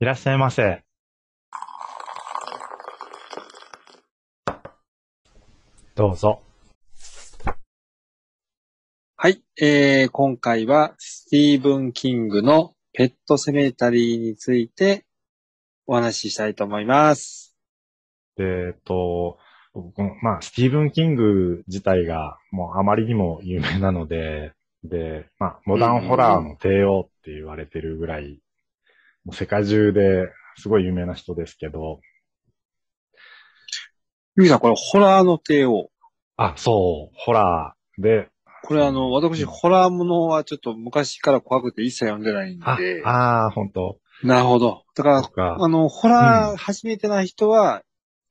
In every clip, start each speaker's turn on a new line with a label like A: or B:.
A: いらっしゃいませ。どうぞ。
B: はい、えー今回はスティーブン・キングのペットセメタリーについてお話ししたいと思います。
A: えっと、僕もまあ、スティーブン・キング自体がもうあまりにも有名なので、で、まあ、モダンホラーの帝王って言われてるぐらい、もう世界中ですごい有名な人ですけど、
B: ゆうさん、これホラーの帝王。
A: あ、そう、ホラーで、
B: これあの、私、ホラーものはちょっと昔から怖くて一切読んでないん
A: あ
B: で、。
A: ああ、本当
B: なるほど。だか
A: と
B: ら、
A: か、
B: あの、ホラー初めてな人は、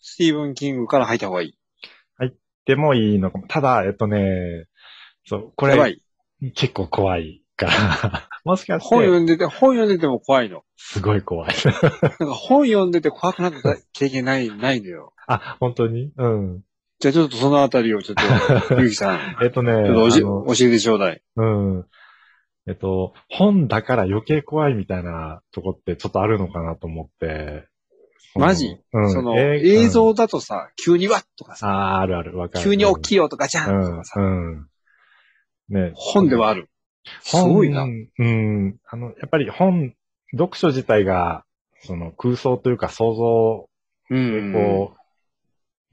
B: スティーブン・キングから入った方がいい。
A: でもいいのかも。ただ、えっとね、そう、こ
B: やば
A: れ、
B: い。
A: 結構怖い から、もしかし
B: 本
A: て、
B: 読んでて、本読んでても怖いの。
A: すごい怖い。
B: なんか本読んでて怖くなった経験ない、ないのよ。
A: あ、本当にうん。
B: じゃあちょっとそのあたりをちょっ と、ゆうきさん、
A: えっとね、
B: ちょっとおし
A: あの
B: 教えてちょうだい。
A: うん。えっと、本だから余計怖いみたいなとこってちょっとあるのかなと思って。その
B: マジ
A: うん。
B: その、
A: えー
B: 映
A: うん
B: 像だとさ、急にわっとか
A: あ
B: さ、
A: あ、あるある、わかる。
B: 急に大き
A: い。
B: い音ガチャ
A: う
B: ンと
A: ん、
B: かさ、
A: うん。ね
B: 本ではある。す
A: 本
B: ごいな。
A: うん。あの、やっぱり本、読書自体が、その空想というか想像
B: う
A: で
B: ん。
A: こう、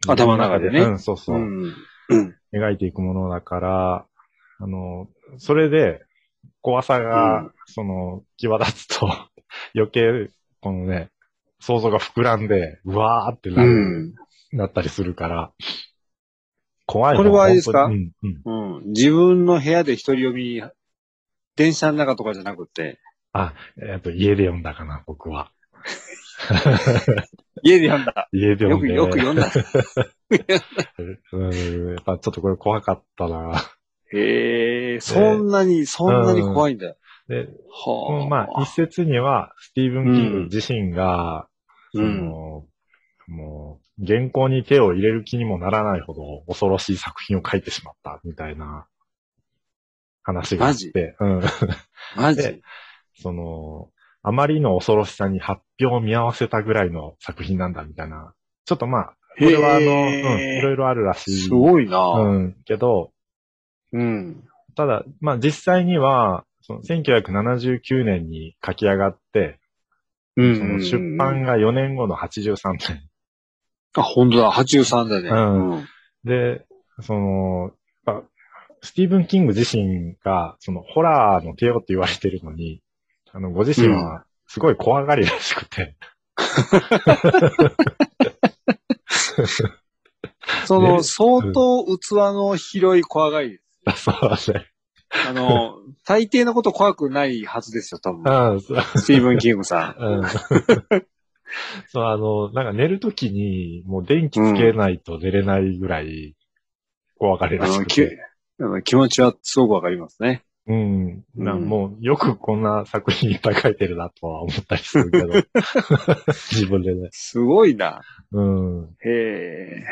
B: 頭の中でね
A: うん、そうそう。
B: うん。うん。
A: 描いていくものだから、あの、それで、怖さが、
B: うん
A: その、際立つと、 余計、このね、想像が膨らんで、うわーってな
B: う
A: る、
B: ん。
A: なったりするから、怖いの
B: これはあれですか
A: 本当にうん、うん。
B: うん自分の部屋で一人読み、電車の中とかじゃなくて、
A: あ、えっと、家で読んだかな、僕は。
B: 家で読んだ。
A: 家で読
B: よ
A: んで
B: く、。よく読んだ。
A: うん、やっぱちょっとこれ怖かったな。
B: へえ、そんなに、そんなに怖いんだよ。
A: で、
B: はあ。
A: まあ、一説には、スティーブン・キング自身が、そ
B: うん。
A: の、もう、原稿に手を入れる気にもならないほど恐ろしい作品を書いてしまった、みたいな話があって、うん。
B: マジ
A: でその、あまりの恐ろしさに発表を見合わせたぐらいの作品なんだ、みたいな。ちょっとまあ、これはあの、うん、いろいろあるらしい。
B: すごいな。
A: うん、けど、
B: うん。
A: ただ、まあ実際には、その1979年に書き上がって、
B: う
A: その出版が4年後の83年。
B: あ、本当だ。83だね。
A: うん
B: ん。
A: で、その、やっぱスティーブン・キング自身が、その、ホラーの帝王って言われてるのに、あの、ご自身は、すごい怖がりらしくて、
B: そ
A: ね
B: の、相当器の広い怖がりです。
A: そうね。
B: あ の、大抵のこと怖くないはずですよ、多
A: う
B: 分。
A: ん、そう
B: スティーブン・キングさ
A: うん そう、あの、なんか寝るときに、もう電気つけないと寝れないぐらい、怖がり
B: ん。あ
A: らし
B: の、
A: く
B: き
A: て。
B: あの気持ちはすごくわかりますね。
A: うん。な
B: うん
A: もう、よくこんな作品いっぱい書いてるなとは思ったりするけど。自分でね。
B: すごいな。
A: うん。
B: へえ。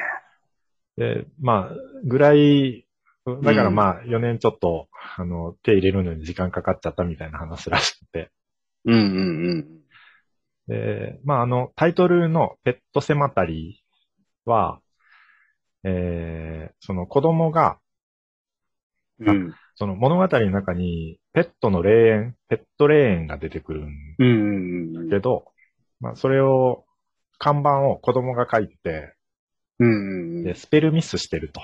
A: で、まあ、ぐらい、だから
B: うん
A: まあ、4年ちょっと、あの、手入れるのに時間かかっちゃったみたいな話らしくて。
B: うんうんうん。
A: で、まあ、あの、タイトルのペットセマタリーは、えー、その子供が、
B: うん。
A: その物語の中に、ペットの霊園、ペット霊園が出てくるん
B: うんうんうん。
A: だけど、まあ、それを、看板を子供が書いて、
B: うんうんう
A: で、
B: ん。
A: スペルミスしてると。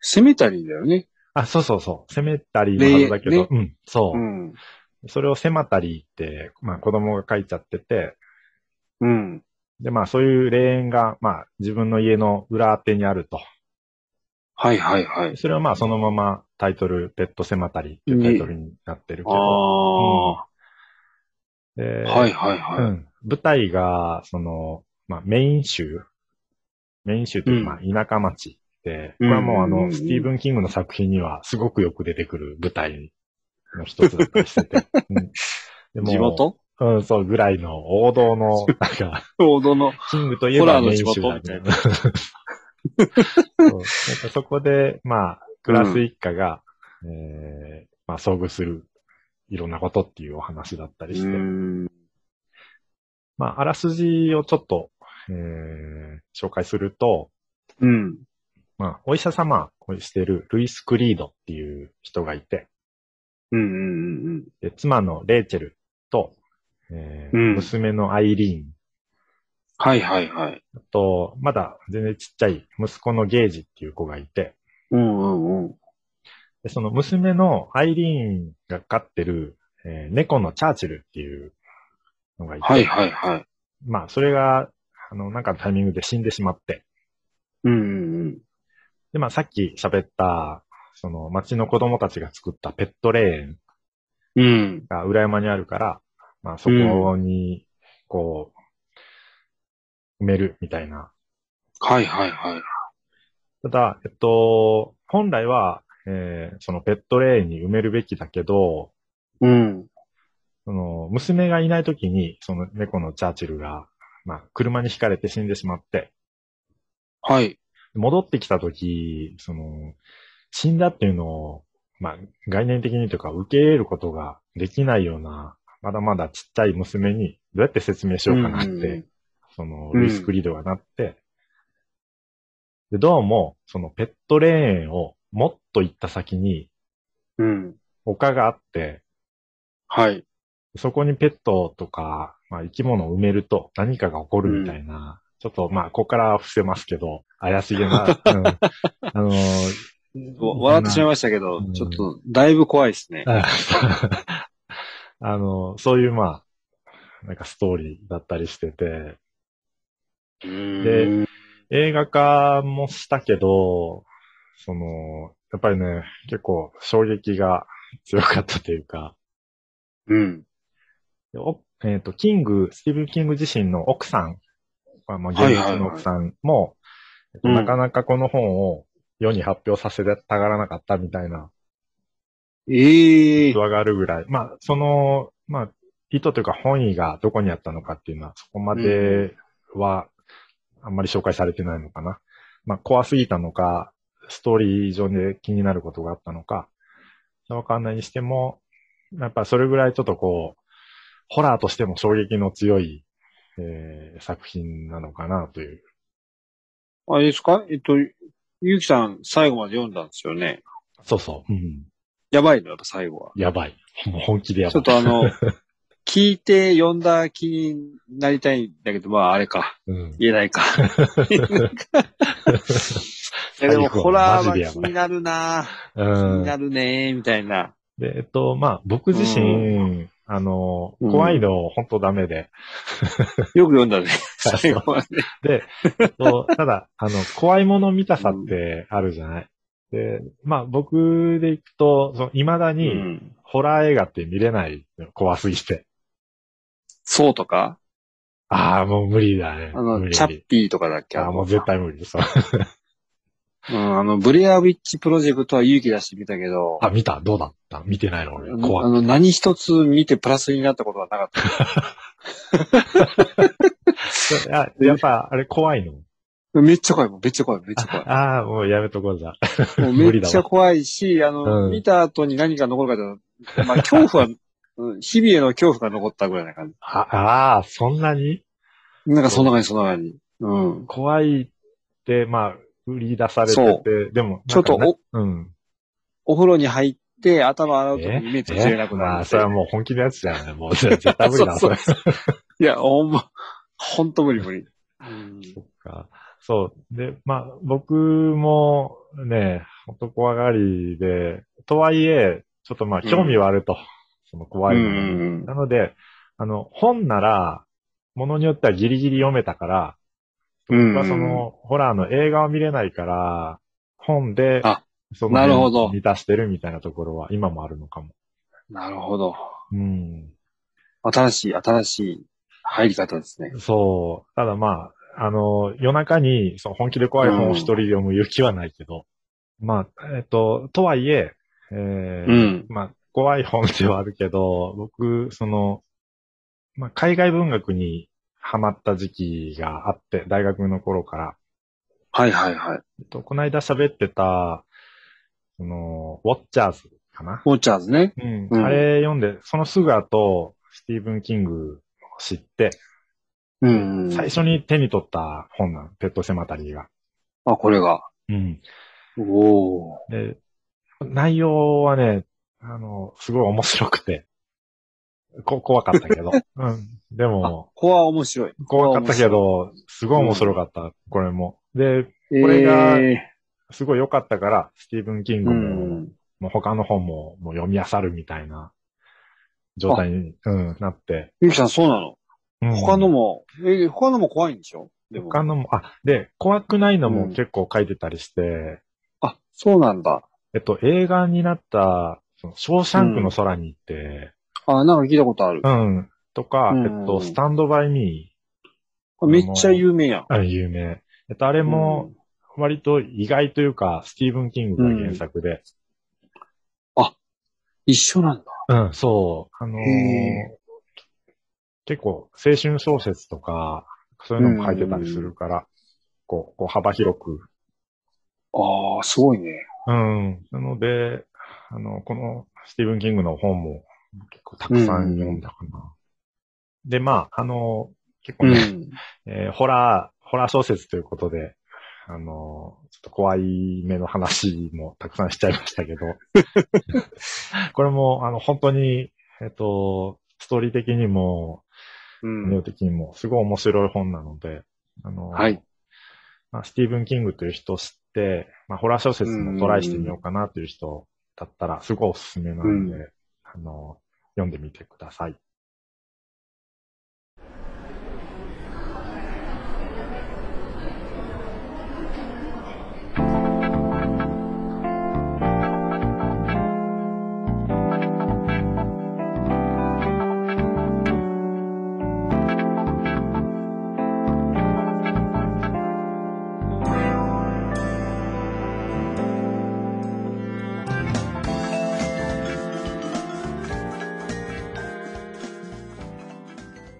B: セメタリーだよね。
A: あ、そうそうそう。セメタリーのはずだけど、
B: 霊
A: うん、そう。
B: うん。
A: それをセマタリーって、まあ子供が書いちゃってて、
B: うん。
A: でまあそういう霊園が、まあ自分の家の裏手にあると。
B: はいはいはい。
A: それはまあそのままタイトル、ペットセマタリーっていうタイトルになってるけ
B: あ
A: ど、
B: あ。
A: で
B: はいは
A: う
B: い
A: ん
B: は
A: 舞台が、その、まあメイン州、メイン州というか
B: う
A: まあ田舎町で、こ
B: うん
A: れはもうあ
B: うんうんう
A: の、
B: ん
A: スティーブン・キングの作品にはすごくよく出てくる舞台の一つだったりしてて。うんで
B: い。
A: も
B: 地元
A: うん、そう、ぐらいの王道の、なんか、
B: 王道の。
A: キングといえば
B: ホラーの
A: メイ
B: 仕
A: ン州
B: 事
A: だみたいな。そうなんかそこで、まあ、クラス一家が、えーまあ、遭遇する、いろんなことっていうお話だったり
B: う
A: して。
B: ん。
A: まあ、あらすじをちょっと、えー、紹介すると、
B: うん。
A: まあ、お医者様をしているルイス・クリードっていう人がいて、
B: うんうんうん
A: で妻のレイチェルと、えー
B: うん
A: 娘のアイリーン
B: はいはいはい。
A: あと、まだ全然ちっちゃい息子のゲージっていう子がいて、
B: うんうんうん。
A: でその娘のアイリーンが飼ってる、えー猫のチャーチルっていうのがいて、
B: はいはいはい。
A: まあ、それが、あの、なんかのタイミングで死んでしまって、
B: うんうんうん。
A: で、まあ、さっき喋った、その、町の子供たちが作ったペットレーン
B: うん。
A: が裏山にあるから、まあ、そこに、こう、埋めるみたいな。
B: はいはいはい。
A: ただ、えっと、本来は、えーそのペットレーンに埋めるべきだけど、
B: うん。
A: その、娘がいない時に、その猫のチャーチルが、まあ、車に轢かれて死んでしまって、
B: はい。
A: 戻ってきた時、その、死んだっていうのを、まあ、概念的にというか、受け入れることができないような、まだまだちっちゃい娘に、どうやって説明しようかなって、
B: んんん。
A: その、
B: うん
A: ルイス・クリードがなって、で、どうも、そのペットレーンをもっと行った先に
B: うん。
A: 丘があって、
B: はい。
A: そこにペットとか、まあ、生き物を埋めると何かが起こるみたいな、ちょっとまあ、ここからは伏せますけど、怪しげな、うん、あの ー
B: わ笑ってしまいましたけど、
A: うん
B: ちょっと、だいぶ怖いですね。
A: ああの、そういうまあ、なんかストーリーだったりしてて、
B: う
A: で
B: ーん。
A: 映画化もしたけど、その、やっぱりね、結構衝撃が強かったというか、
B: うん。
A: でおえっ、と、キング、スティーブン・キング自身の奥さん、まあ、まあ、
B: はい
A: 現
B: はいは
A: 実
B: い
A: の奥さんも、えっと
B: うん
A: なかなかこの本を世に発表させたがらなかったみたいな
B: ええ
A: 逸話があるぐらい、まあ、その、まあ、意図というか本意がどこにあったのかっていうのは、そこまでは、あんまり紹介されてないのかな。まあ、怖すぎたのか、ストーリー上で気になることがあったのか、わかんないにしても、やっぱそれぐらいちょっとこう、ホラーとしても衝撃の強い、えー作品なのかなという。
B: あれですかえっと、ゆうきさん、最後まで読んだんですよね。
A: そうそう。うん。
B: やばいの、やっぱ最後は。
A: やばい。もう本気でやばい。
B: ちょっと あの、聞いて読んだ気になりたいんだけど、まあ、あれか。
A: うん。
B: 言えな いか。いやでも、ホラーは気になるな
A: う
B: 気
A: ん
B: になるねみたいな。
A: で、えっと、まあ、僕自身、あの、
B: うん
A: 怖いの本当ダメで、
B: よく読ん だね。最後まで。
A: で、えっと、ただ、あの、怖いもの見たさってあるじゃない。で、まあ、僕で行くと、その、未だ
B: う
A: に、
B: ん。
A: ホラー映画って見れないのよ、怖すぎて。
B: そうとか
A: ああ、もう無理だね。
B: あ
A: 無
B: の、
A: 理
B: チャッピーとかだっけ
A: ああ、もう絶。対無理です。そう
B: うん、あの、ブレアウィッチプロジェクトは勇気出してみたけど、
A: あ、見たどうだった見てないの俺。
B: あ
A: 怖い。
B: の、何一つ見てプラスになったことはなかった。
A: あやっぱ、あれ怖いの。
B: めっちゃ怖いもん、めっちゃ怖い、めっちゃ怖い。
A: ああ、もうやめとこうじゃ。
B: もう
A: 無
B: め
A: 理
B: っ
A: だわ
B: ちゃ怖いし、あの、
A: うん
B: 見た後に何が残るかと、まあ、恐怖は、うん日々への恐怖が残ったぐらいな感
A: あああ、そんなに
B: じ。なんかそんな感じ、そんな感じ。うん。
A: 怖いって、まあ、売り出されて
B: そ
A: て、でも、
B: ちょっと
A: なんか
B: お、
A: な、うん。
B: お風呂に入って、頭洗うとき
A: え
B: に目つぶれ
A: え
B: なく
A: ま
B: なる
A: あ、。それはもう本気のやつじゃない。も う、絶対無理だわ、
B: そ
A: そうれ。そ
B: いや、ほんま、ほんと無理無理。うん
A: っか。そう。で、まあ、僕も、ね、男怖がりで、とはいえ、ちょっとまあ、興味はあると。その怖いものに
B: うん
A: なので、あの、本なら、ものによってはギリギリ読めたから、
B: うん。
A: 僕はその、ホラーの映画は見れないから、本で
B: あ、
A: その
B: なる
A: 辺
B: ほど
A: 満たしてるみたいなところは今もあるのかも。
B: なるほど。
A: うん。
B: 新しい、新しい入り方ですね。
A: そう。ただまあ、あの、夜中にその本気で怖い本を一人で読む勇気はないけど、まあ、えっと、とはいえ、えー
B: うん。
A: まあ、怖い本ではあるけど、僕、その、まあ、海外文学にハマった時期があって、大学の頃から、
B: はいはいはい。
A: えっと、この間喋ってた、その、ウォッチャーズかな。
B: ウォッチャーズね。
A: うん。
B: うん
A: あれ読んで、そのすぐ後、スティーブン・キングを知って、
B: うんうん。
A: 最初に手に取った本なの、ペットセマタリーが。
B: あ、これが。
A: うん。
B: おー。
A: で、内容はね、あの、すごい面白くて、こ怖かったけ ど。うん。で
B: あ
A: も、、
B: こは面白い。
A: 怖かったけど、すごい面白かった、これも。で、
B: こ
A: れが
B: え
A: すごい良かったから、スティーブン・キン
B: ー、う
A: グ
B: ん
A: も、。もう他の本ももう読み漁るみたいな状態に、うん、なって。
B: ゆきさん、そうなの
A: うん
B: 他のも、えー他のも怖いんでしょでも。
A: 他のも、あ、で、怖くないの
B: う
A: も
B: ん
A: 結構書いてたりして、
B: あ、そうなんだ。
A: えっと、映画になった、そのショーシャンクの空に行って、
B: あ、なんか聞いたことある
A: う。ん、とか、
B: うん
A: えっと、スタンドバイミ
B: これめっちゃ有名やん。
A: ー、あ有名。えっと、あれも、割と意外というか、スティーブン・キングが原作で、
B: 一緒なんだ。
A: うん、そう。あのー
B: へ
A: 結構、青春小説とか、そういうのも書いてたりするから、こう、こう幅広く。
B: ああ、すごいね。
A: うん。なので、あの、このスティーブン・キングの本も結構たくさん読んだかな。で、まあ、あのー結構
B: う
A: ね、
B: ん。
A: えーホラー、ホラー小説ということで、あのーちょっと怖い目の話もたくさんしちゃいましたけど、 これも、あの、本当に、えっと、ストーリー的にも、
B: うん
A: 内容的にも、すごい面白い本なので、あの、
B: はい
A: まあ、スティーブン・キングという人を知って、まあ、ホラー小説もトライしてみようかなという人だったら、すごいおすすめなので、
B: うん
A: あの、読んでみてください。